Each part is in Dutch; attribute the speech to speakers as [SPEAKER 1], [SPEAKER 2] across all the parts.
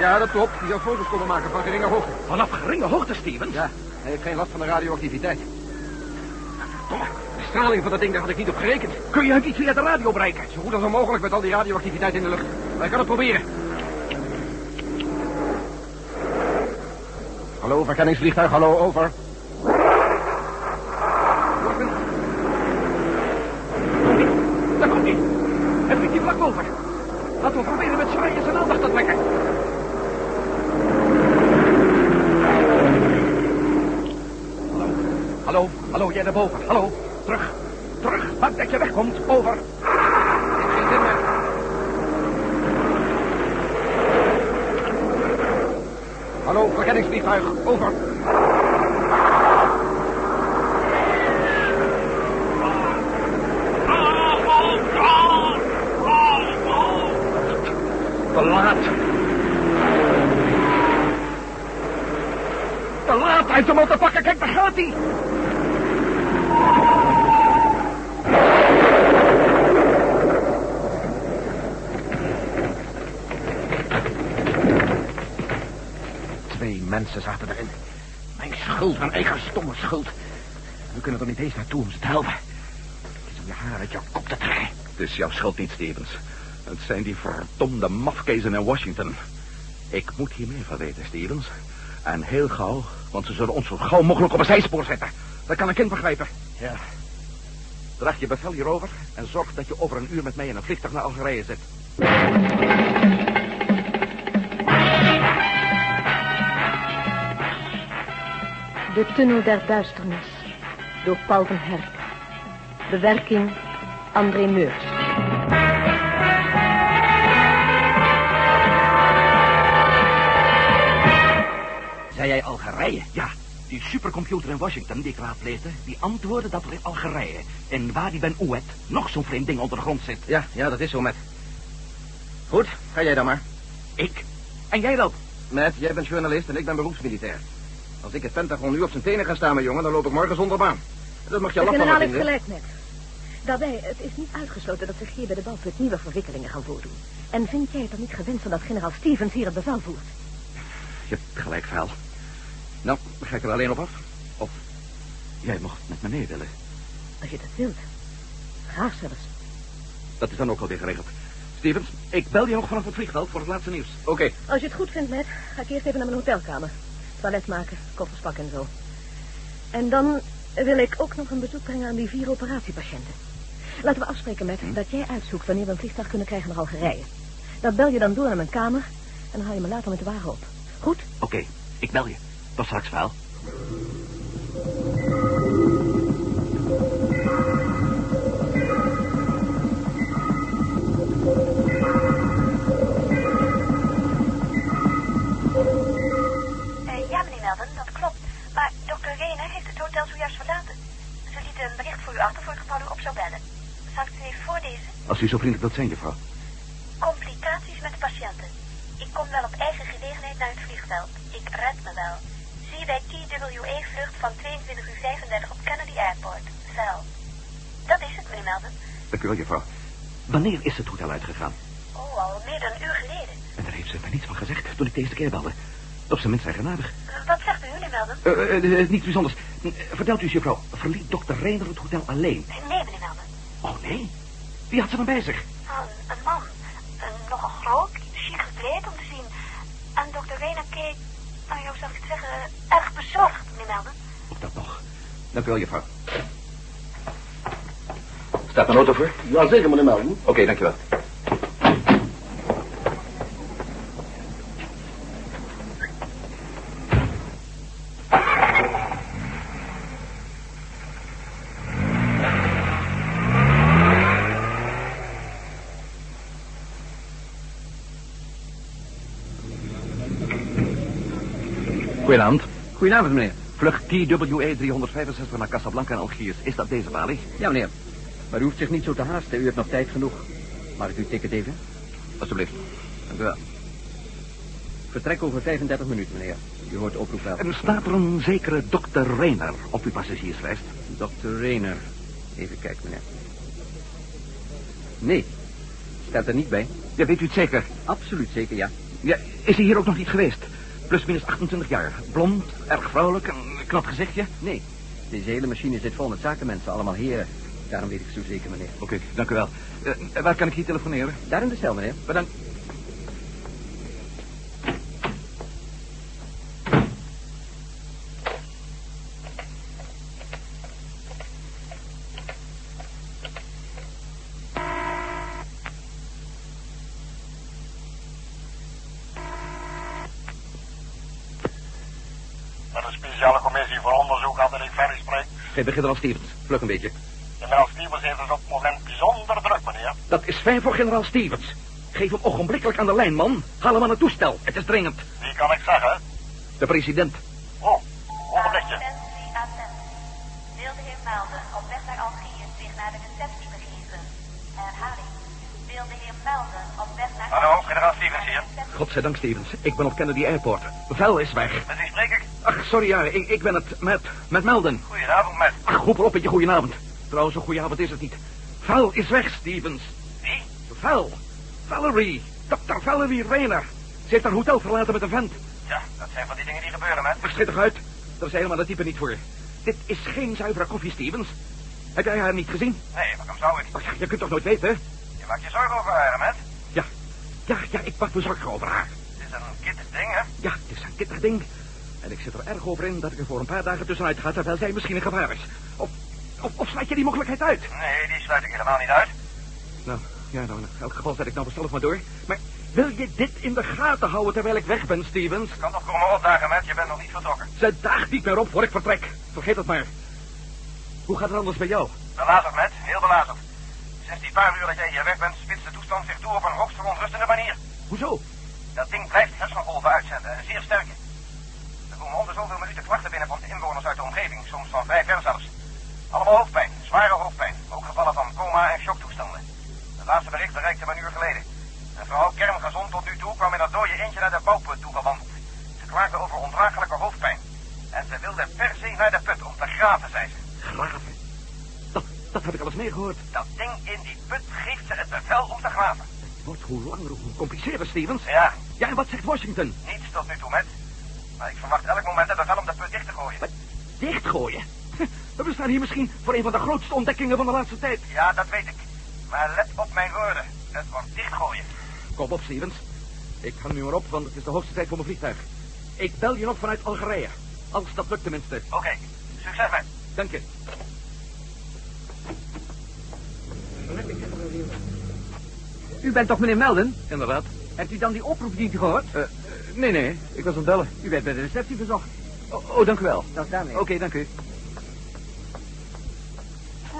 [SPEAKER 1] Ja, dat klopt. Die zou foto's konden maken van geringe hoogte.
[SPEAKER 2] Vanaf geringe hoogte, Steven.
[SPEAKER 1] Ja, hij heeft geen last van de radioactiviteit.
[SPEAKER 2] Domme.
[SPEAKER 1] De straling van dat ding, daar had ik niet op gerekend.
[SPEAKER 2] Kun je het niet via de radio bereiken?
[SPEAKER 1] Zo goed als onmogelijk met al die radioactiviteit in de lucht. Maar ik kan het proberen. Hallo, verkenningsvliegtuig, hallo, over.
[SPEAKER 2] Dat komt niet. Het vliegt hier vlak boven. Laten we proberen met z'n drieën zijn aandacht te trekken. Hallo. Hallo, hallo, jij daarboven. Hallo. Terug. Terug. Maak dat je wegkomt. Over.
[SPEAKER 1] Geen zin meer. Hallo, verkenningsvliegtuig, over.
[SPEAKER 2] Te laat. Te laat. Hij heeft hem al te pakken. Kijk, daar gaat hij.
[SPEAKER 1] Twee mensen zaten erin. Mijn schuld, mijn eigen stomme schuld. We kunnen er niet eens naartoe om ze te helpen. Het is om je haar uit jouw kop te trekken.
[SPEAKER 3] Het is jouw schuld niet, Stevens. Het zijn die verdomde mafkezen in Washington. Ik moet hier meer van weten, Stevens. En heel gauw, want ze zullen ons zo gauw mogelijk op een zijspoor zetten. Dat kan een kind begrijpen.
[SPEAKER 1] Ja.
[SPEAKER 3] Draag je bevel hierover en zorg dat je over een uur met mij in een vliegtuig naar Algerije zit.
[SPEAKER 4] De Tunnel der Duisternis door Paul van Herk. Bewerking André Meurs.
[SPEAKER 3] Zei jij Algerije? Ja. Die supercomputer in Washington die ik raadpleegde, die antwoordde dat er in Algerije, in Wadi Ben Oued, nog zo'n vreemd ding onder de grond zit.
[SPEAKER 1] Ja, ja, dat is zo, Matt. Goed, ga jij dan maar.
[SPEAKER 3] Ik? En jij dan?
[SPEAKER 1] Matt, jij bent journalist en ik ben beroepsmilitair. Als ik het Pentagon nu op zijn tenen ga staan, mijn jongen, dan loop ik morgen zonder baan. Dat mag je
[SPEAKER 5] De
[SPEAKER 1] laf van me
[SPEAKER 5] generaal heeft
[SPEAKER 1] vinden.
[SPEAKER 5] gelijk met. Daarbij, het is niet uitgesloten dat zich hier bij de balpunt nieuwe verwikkelingen gaan voordoen. En vind jij het dan niet gewenst dat generaal Stevens hier het bevel voert?
[SPEAKER 3] Je hebt gelijk, Val. Nou, ga ik er alleen op af? Of jij mocht met me mee willen.
[SPEAKER 5] Als je dat wilt. Graag zelfs.
[SPEAKER 3] Dat is dan ook alweer geregeld. Stevens, ik bel je nog vanaf het vliegveld voor het laatste nieuws.
[SPEAKER 1] Oké,
[SPEAKER 5] Als je het goed vindt, Matt, ga ik eerst even naar mijn hotelkamer. Toilet maken, koffers pakken en zo. En dan wil ik ook nog een bezoek brengen aan die vier operatiepatiënten. Laten we afspreken, Matt, dat jij uitzoekt wanneer we een vliegtuig kunnen krijgen naar Algerije. Dat bel je dan door naar mijn kamer en dan haal je me later met de wagen op. Goed?
[SPEAKER 3] Oké, ik bel je. Tot straks, Val.
[SPEAKER 6] Eh, ja, meneer Melden, dat klopt. Maar dokter Rehner heeft het hotel zojuist verlaten. Ze liet een bericht voor u achter voor het geval u op zou bellen. Zal ik het even voorlezen?
[SPEAKER 3] Als u zo vriendelijk wilt zijn, juffrouw.
[SPEAKER 6] Complicaties met de patiënten. Ik kom wel op eigen gelegenheid naar het vliegveld. Ik red me wel. Zie bij TWE-vlucht van 22 uur 35 op Kennedy Airport. Vel. Dat is het, meneer Melden.
[SPEAKER 3] Dank u wel, juffrouw. Wanneer is het hotel uitgegaan?
[SPEAKER 6] Oh, al meer dan een uur geleden.
[SPEAKER 3] En daar heeft ze mij niets van gezegd toen ik de eerste keer belde. Op zijn minst eigenaardig.
[SPEAKER 6] Eh, Wat zegt u, meneer Melden?
[SPEAKER 3] Eh eh, eh, eh, niets bijzonders. Eh, vertelt u eens, juffrouw, verliet dokter Reiner het hotel alleen?
[SPEAKER 6] Eh, Nee, meneer Melden.
[SPEAKER 3] Oh, nee? Wie had ze dan bij zich?
[SPEAKER 6] Een, een man. Een nogal groot, chic gekleed om te zien. En dokter Rena keek, nou ja, hoe zal ik het zeggen, erg bezorgd, meneer Melden.
[SPEAKER 3] Op dat nog. Dank u wel, juffrouw. Staat een auto voor?
[SPEAKER 7] Jazeker, meneer Melden.
[SPEAKER 3] Oké, dank je wel. Goedenavond.
[SPEAKER 1] goedenavond, meneer.
[SPEAKER 3] Vlucht TWE 365 naar Casablanca en Algiers. Is dat deze balie?
[SPEAKER 1] Ja, meneer. Maar u hoeft zich niet zo te haasten, u hebt nog tijd genoeg. Mag ik uw ticket even?
[SPEAKER 3] Alsjeblieft. Dank u wel.
[SPEAKER 1] Vertrek over 35 minuten, meneer. U hoort oproep wel.
[SPEAKER 3] Er staat er een zekere dokter Reiner op uw passagierslijst.
[SPEAKER 1] Dr. Rayner. Even kijken, meneer. Nee, staat er niet bij.
[SPEAKER 3] Ja, weet u het zeker?
[SPEAKER 1] Absoluut zeker, ja.
[SPEAKER 3] Ja, is hij hier ook nog niet geweest? Plus minus 28 jaar. Blond, erg vrouwelijk, een knap gezichtje.
[SPEAKER 1] Nee, deze hele machine zit vol met zakenmensen, allemaal heren. Daarom weet ik het zo zeker, meneer.
[SPEAKER 3] Oké, dank u wel. Eh, waar kan ik hier telefoneren?
[SPEAKER 1] Daar in de cel, meneer.
[SPEAKER 3] Bedankt.
[SPEAKER 8] Met een speciale commissie voor onderzoek aan de Rick Ferry spreekt.
[SPEAKER 3] Gij generaal Stevens. Vlug een beetje.
[SPEAKER 8] Generaal Stevens heeft het dus op het moment bijzonder druk, meneer.
[SPEAKER 3] Dat is fijn voor generaal Stevens. Geef hem ogenblikkelijk aan de lijn, man. Haal hem aan het toestel. Het is dringend.
[SPEAKER 8] Wie kan ik zeggen?
[SPEAKER 3] De president.
[SPEAKER 8] Oh, ogenblikje.
[SPEAKER 6] Attentie, attentie. Wilde heer Melden op weg naar Algiers zich naar de receptie begeven? Herhaling. Wilde heer Melden op weg naar
[SPEAKER 8] Hallo,
[SPEAKER 6] Algiers
[SPEAKER 8] generaal
[SPEAKER 6] zich
[SPEAKER 8] Stevens
[SPEAKER 6] naar de
[SPEAKER 8] hier.
[SPEAKER 6] receptie-
[SPEAKER 3] Godzijdank, Stevens. Ik ben op Kennedy Airport. Bevel is weg.
[SPEAKER 8] Met wie spreek ik?
[SPEAKER 3] Ach, sorry, ja. Ik, ik ben het. Met, met Melden.
[SPEAKER 8] Goedenavond, met.
[SPEAKER 3] Ach, roep erop met je goedenavond. Trouwens, een goede avond is het niet. Vel is weg, Stevens.
[SPEAKER 8] Wie?
[SPEAKER 3] Vel. Valerie. Dr. Valerie Rayner. Ze heeft haar hotel verlaten met een vent.
[SPEAKER 8] Ja, dat zijn van die dingen die gebeuren, met.
[SPEAKER 3] Er schittig uit. Daar is hij helemaal dat type niet voor. Dit is geen zuivere koffie, Stevens. Heb jij haar niet gezien?
[SPEAKER 8] Nee, waarom zou ik?
[SPEAKER 3] Ach, ja, je kunt toch nooit weten?
[SPEAKER 8] Je maakt je zorgen over haar, met.
[SPEAKER 3] Ja, ja, ja, ik pak me zorgen over haar.
[SPEAKER 8] Het is een kittig ding, hè?
[SPEAKER 3] Ja, het is een kittig ding. En ik zit er erg over in dat ik er voor een paar dagen tussenuit ga, terwijl zij misschien een gevaar is. Of, of, of sluit je die mogelijkheid uit?
[SPEAKER 8] Nee, die sluit ik helemaal niet uit.
[SPEAKER 3] Nou, ja, nou, in elk geval zet ik nou mezelf maar door. Maar wil je dit in de gaten houden terwijl ik weg ben, Stevens?
[SPEAKER 8] Kan toch komen opdagen, met. Je bent nog niet vertrokken.
[SPEAKER 3] Ze daagt niet meer op voor ik vertrek. Vergeet dat maar. Hoe gaat het anders bij jou?
[SPEAKER 8] Belazerd, met. Heel belazerd. Sinds die paar uur dat jij hier weg bent, spitst de toestand zich toe op een hoogst verontrustende manier.
[SPEAKER 3] Hoezo?
[SPEAKER 8] Dat ding blijft hersenkolven uitzenden, en zeer sterke. Er komen om de zoveel minuten klachten binnen van de inwoners uit de omgeving, soms van vrij ver zelfs. Allemaal hoofdpijn, zware hoofdpijn, ook gevallen van coma en shocktoestanden. Het laatste bericht bereikte me een uur geleden. Een vrouw, kermgezond tot nu toe, kwam in dat dode eentje naar de bouwput toegewandeld. Ze klaagde over ondraaglijke hoofdpijn. En ze wilde per se naar de put om te graven, zei ze.
[SPEAKER 3] Graven. Dat, dat heb ik alles meegehoord.
[SPEAKER 8] Dat ding in die put geeft ze het bevel om te graven.
[SPEAKER 3] Het wordt hoe langer, hoe compliceerder, Stevens.
[SPEAKER 8] Ja,
[SPEAKER 3] Ja, en wat zegt Washington?
[SPEAKER 8] niets tot nu toe met. Maar ik verwacht elk moment het bevel om de put dicht te gooien.
[SPEAKER 3] Wat? Dichtgooien? Huh, We staan hier misschien voor een van de grootste ontdekkingen van de laatste tijd.
[SPEAKER 8] Ja, dat weet ik. Maar let op mijn woorden. Het wordt dichtgooien.
[SPEAKER 3] Kom op, Stevens. Ik hang nu maar op, want het is de hoogste tijd voor mijn vliegtuig. Ik bel je nog vanuit Algerije. Als dat lukt tenminste.
[SPEAKER 8] Oké, succes met.
[SPEAKER 3] Dank je.
[SPEAKER 1] U bent toch meneer Melden?
[SPEAKER 3] Inderdaad.
[SPEAKER 1] Hebt u dan die oproep niet gehoord?
[SPEAKER 3] Eh, eh, nee, nee. Ik was aan het bellen.
[SPEAKER 1] U werd bij de receptie verzocht.
[SPEAKER 3] Oh, oh, dank u wel.
[SPEAKER 1] Dat is daarmee.
[SPEAKER 3] Oké, dank u.
[SPEAKER 9] Eh,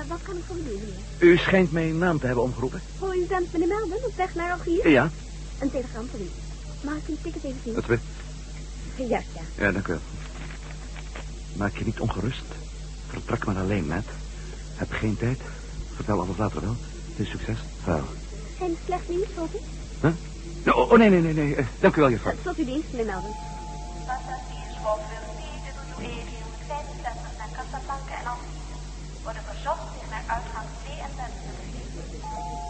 [SPEAKER 9] wat kan ik voor u doen, meneer?
[SPEAKER 3] U schijnt mijn naam te hebben omgeroepen.
[SPEAKER 9] Hoor u zendt meneer Melden op weg naar Algiers?
[SPEAKER 3] Eh, Ja,
[SPEAKER 9] Een telegram voor u. Mag ik een ticket even zien?
[SPEAKER 3] dat weet
[SPEAKER 9] Juist, ja.
[SPEAKER 3] Ja, dank u wel. Maak je niet ongerust. Vertrek maar alleen, Matt. Heb geen tijd. Vertel alles later wel. Veel succes. Wel.
[SPEAKER 9] Geen slecht nieuws, hoop ik?
[SPEAKER 3] Oh, oh, nee, nee, nee. nee. Eh, dank u wel, juffrouw.
[SPEAKER 9] Eh, Tot uw dienst, meneer Melden.
[SPEAKER 6] Passagiersvlucht TWE 465 naar Casablanca en Algiers worden verzocht zich naar uitgang 32 te begeven.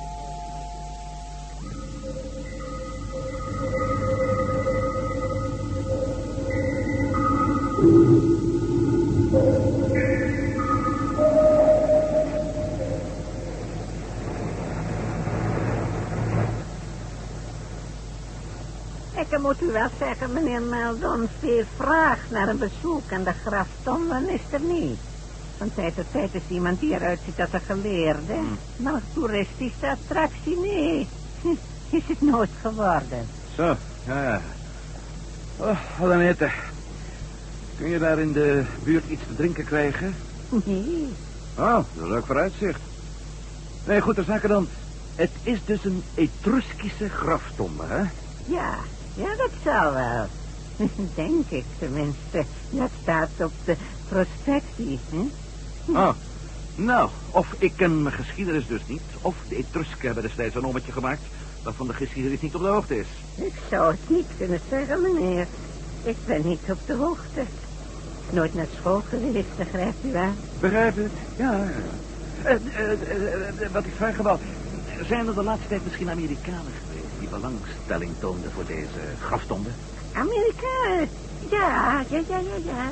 [SPEAKER 5] Ik moet u wel zeggen, meneer Meldon, veel vraag naar een bezoek aan de graftomben is er niet. Van tijd tot tijd is iemand die eruit ziet als een geleerde, maar een toeristische attractie, nee, Hm, is het nooit geworden.
[SPEAKER 3] Zo, ja. Oh, wat een hitte. Kun je daar in de buurt iets te drinken krijgen?
[SPEAKER 5] Nee,
[SPEAKER 3] Oh, dat is een leuk vooruitzicht. Nee, goed, ter zake dan. Het is dus een Etruskische graftombe, hè?
[SPEAKER 5] ja, ja, dat zou wel. Denk ik tenminste. Dat staat op de prospectie, hè?
[SPEAKER 3] Oh. Nou, of ik ken mijn geschiedenis dus niet... of de Etrusken hebben destijds een ommetje gemaakt... waarvan de geschiedenis niet op de hoogte is.
[SPEAKER 5] Ik zou het niet kunnen zeggen, meneer. Ik ben niet op de hoogte. Nooit naar school geweest, begrijpt u wel?
[SPEAKER 3] Begrijp het? Ja, ja. Eh, eh, eh, eh, wat ik vragen wou... zijn er de laatste tijd misschien Amerikanen geweest... die belangstelling toonde voor deze graftombe.
[SPEAKER 5] Amerika. Ja, ja, ja, ja, ja.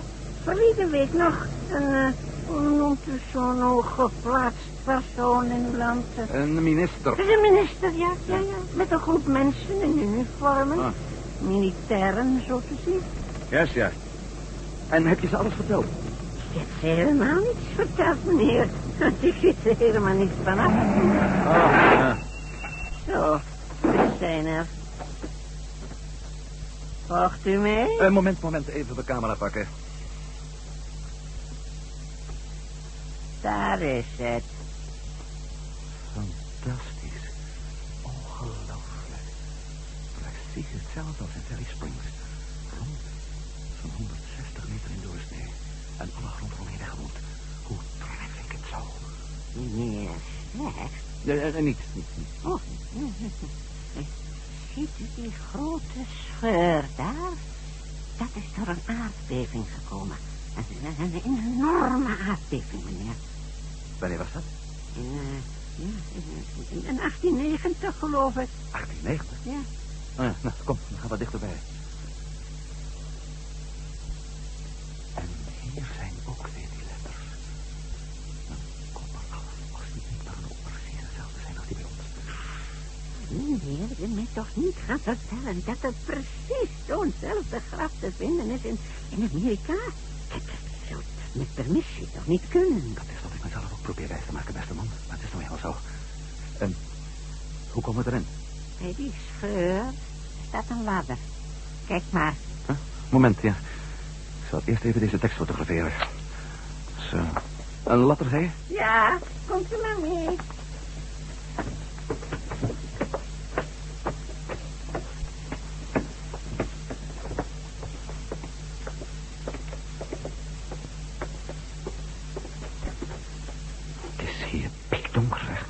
[SPEAKER 5] Verleden week nog een, eh, hoe noemt u zo'n hooggeplaatst persoon in uw land? eh,
[SPEAKER 3] Een minister.
[SPEAKER 5] De minister, ja, ja, ja. Met een groep mensen in uniformen.
[SPEAKER 3] Ah.
[SPEAKER 5] Militairen, zo te zien.
[SPEAKER 3] Yes, ja. En heb je ze alles verteld?
[SPEAKER 5] Ik heb ze helemaal niets verteld, meneer. Want ik weet er helemaal niets van af.
[SPEAKER 3] Ah,
[SPEAKER 5] Zo, we zijn er. Volgt u mee?
[SPEAKER 3] Eh, moment, moment. Even de camera pakken.
[SPEAKER 5] Daar is het.
[SPEAKER 3] Fantastisch. Ongelooflijk. Precies hetzelfde als in Valley Springs. Rond. Zo'n 160 meter in doorsnee. En alle grond eromheen weggewoond. Hoe treffelijk het zou.
[SPEAKER 5] Meneer Slecht.
[SPEAKER 3] Ja, ja, niet, niet, niet.
[SPEAKER 5] Oh. Ziet u die grote scheur daar? Dat is door een aardbeving gekomen. Een, een- een enorme aardbeving, meneer.
[SPEAKER 3] Wanneer was dat?
[SPEAKER 5] In, eh, ja, in, eh, in- in 1890, geloof ik.
[SPEAKER 3] 1890.
[SPEAKER 5] Ja.
[SPEAKER 3] Ah, ja, nou, kom, we gaan wat dichterbij. En hier zijn ook weer die letters. Nou, Een kopper af, als die niet dan ook precies hetzelfde zijn als die bij ons.
[SPEAKER 5] Meneer, u moet toch niet gaan vertellen dat er precies zo'nzelfde graf te vinden is in, in Amerika? Dat dat zou met permissie toch niet kunnen?
[SPEAKER 3] Dat is wat ik mezelf ook probeer wijs te maken, beste man. Maar het is nou helemaal zo. En hoe komen we erin?
[SPEAKER 5] Bij die scheur staat een ladder. Kijk maar.
[SPEAKER 3] Moment, ja. Ik zal eerst even deze tekst fotograferen. Zo. Een ladder, zei je?
[SPEAKER 5] Ja, komt u maar mee.
[SPEAKER 3] Het is hier pikdonker, zeg.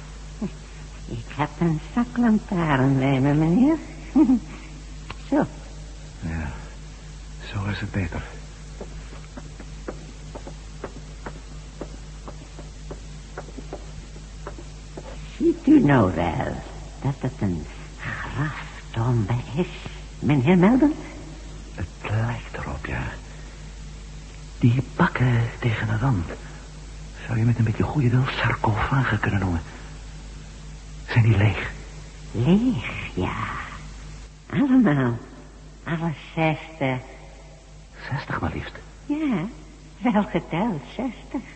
[SPEAKER 5] Ik heb een zaklantaarn bij me, meneer. Zo,
[SPEAKER 3] Ja, zo is het beter.
[SPEAKER 5] ziet u nou wel dat het een graftombe is, meneer Melbourne?
[SPEAKER 3] Het lijkt erop, ja. Die bakken tegen de rand. Zou je met een beetje goede wil sarcofagen kunnen noemen. Zijn die leeg?
[SPEAKER 5] Leeg, ja. Allemaal. Alle zestig.
[SPEAKER 3] Zestig maar liefst.
[SPEAKER 5] Ja, wel geteld, zestig.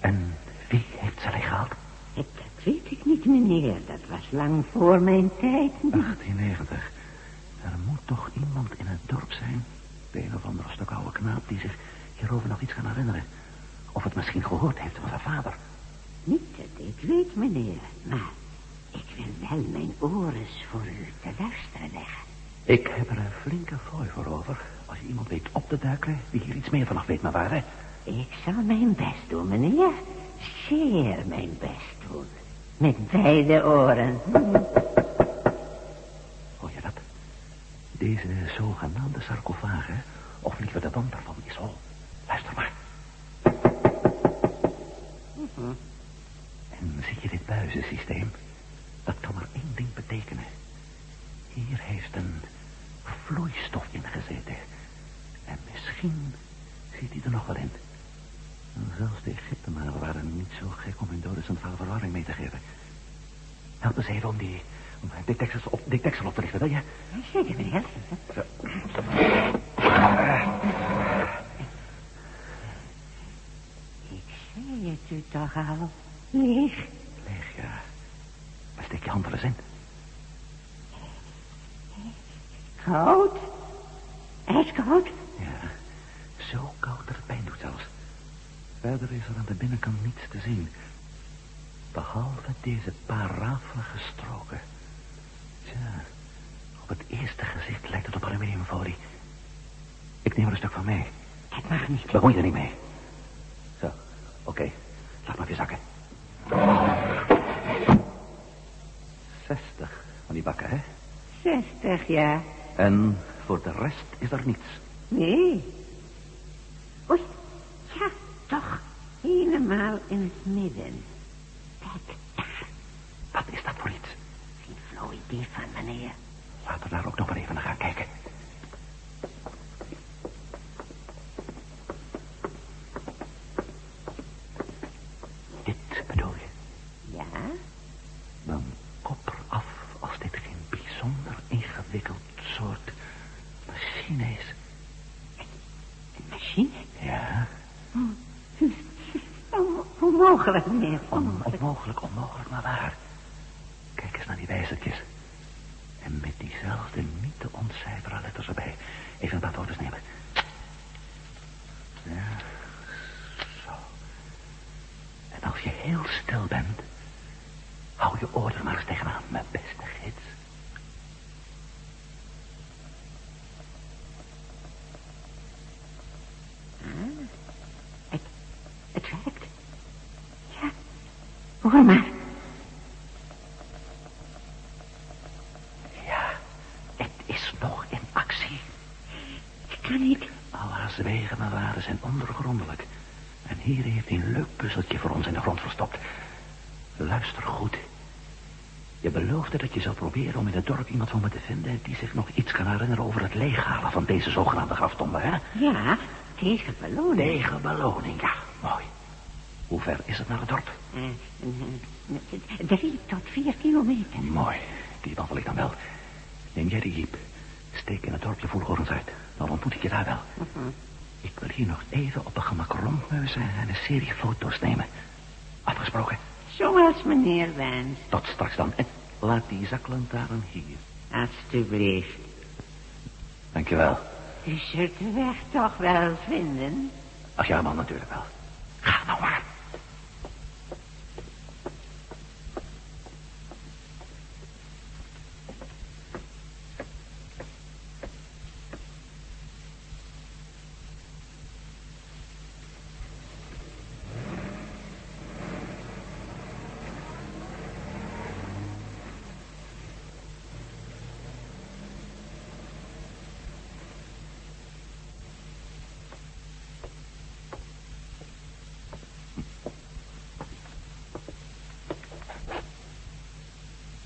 [SPEAKER 3] En wie heeft ze leeggehaald?
[SPEAKER 5] Ik, dat weet ik niet, meneer. Dat was lang voor mijn tijd.
[SPEAKER 3] 1890. Er moet toch iemand in het dorp zijn. De een of andere stuk oude knaap die zich hierover nog iets kan herinneren. Of het misschien gehoord heeft van zijn vader.
[SPEAKER 5] Niet dat ik weet, meneer. Maar ik wil wel mijn oren voor u te luisteren leggen.
[SPEAKER 3] Ik heb er een flinke fooi voor over. Als je iemand weet op te duiken die hier iets meer vanaf weet, maar waar, hè?
[SPEAKER 5] Ik zal mijn best doen, meneer. Zeer mijn best doen. Met beide oren. Hm.
[SPEAKER 3] Hoor je dat? Deze zogenaamde sarcofaag, hè? Of liever de wand daarvan is hol. Luister maar. Mhm. En zie je dit buizensysteem? Dat kan maar één ding betekenen. Hier heeft een vloeistof in gezeten. En misschien zit hij er nog wel in. En Zelfs de Egyptenaren waren niet zo gek om hun doden centrale verwarring mee te geven. Help eens even om die... om dit deksel op, dit deksel op te richten, wil je?
[SPEAKER 5] Zeker, meneer. Ik zei het u toch al. Leeg.
[SPEAKER 3] Leeg, ja. eh, Maar steek je hand er eens in.
[SPEAKER 5] Koud. Ijskoud.
[SPEAKER 3] Ja, zo koud dat het pijn doet zelfs. Verder is er aan de binnenkant niets te zien. Behalve deze paar rafelige stroken. Tja, op het eerste gezicht lijkt het op aluminiumfolie. Ik neem er een stuk van mee.
[SPEAKER 5] Het mag niet.
[SPEAKER 3] Bemoei er niet mee. Zo, oké. Laat maar weer zakken. Zestig van die bakken, hè?
[SPEAKER 5] Zestig jaar.
[SPEAKER 3] En voor de rest is er niets.
[SPEAKER 5] Nee. Oei, ja, toch. Helemaal in het midden. Kijk, daar.
[SPEAKER 3] Wat is dat voor iets?
[SPEAKER 5] Geen vloeiend die van meneer.
[SPEAKER 10] Laten we daar ook nog maar even naar gaan kijken. Dit bedoel je?
[SPEAKER 5] Ja?
[SPEAKER 10] Mijn kop af als dit geen bijzonder ingewikkeld soort machine is.
[SPEAKER 5] Een machine?
[SPEAKER 10] Ja,
[SPEAKER 5] Hoe, hoe mogelijk, meneer?
[SPEAKER 10] on- onmogelijk, onmogelijk, maar waar. Kijk eens naar die wijzertjes. En met diezelfde niet te ontcijferen letters erbij. Even een paar foto's nemen. Ja, zo. En als je heel stil bent, hou je oor er maar eens tegenaan, mijn beste gids.
[SPEAKER 5] Het werkt. Ja. Hoor maar.
[SPEAKER 10] Ja, het is nog in actie.
[SPEAKER 5] Ik kan niet.
[SPEAKER 10] Al haar zwegen en raden zijn ondergrondelijk. En hier heeft hij een leuk puzzeltje voor ons in de grond verstopt. Luister goed. Je beloofde dat je zou proberen om in het dorp iemand van me te vinden... die zich nog iets kan herinneren over het leeghalen van deze zogenaamde graftombe, hè?
[SPEAKER 5] Ja, tegen beloning.
[SPEAKER 10] Tegen beloning, ja. Mooi. Hoe ver is het naar het dorp?
[SPEAKER 5] Eh, eh, Drie tot vier kilometer.
[SPEAKER 10] Mooi. Die wandel ik dan wel. Neem jij die jeep. Steek in het dorpje Voelgorens uit. Dan ontmoet ik je daar wel. Ik wil hier nog even op een gemak rondmeuzen en een serie foto's nemen. Afgesproken.
[SPEAKER 5] Zoals meneer wenst.
[SPEAKER 10] Tot straks dan. En laat die zaklantaarn hier.
[SPEAKER 5] Alsjeblieft.
[SPEAKER 10] Dankjewel.
[SPEAKER 5] U zult de weg toch wel vinden.
[SPEAKER 10] Ach ja, man, natuurlijk wel. Ga nou maar.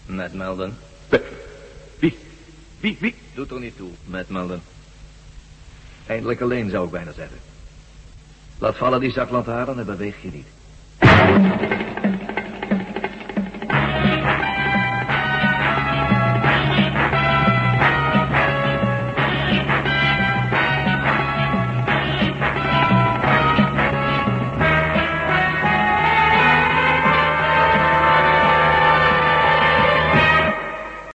[SPEAKER 11] Matt Melden.
[SPEAKER 10] Wie? Wie? Wie?
[SPEAKER 11] Doet er niet toe, Matt Melden. Eindelijk alleen, zou ik bijna zeggen. Laat vallen die zaklantaarn en beweeg je niet.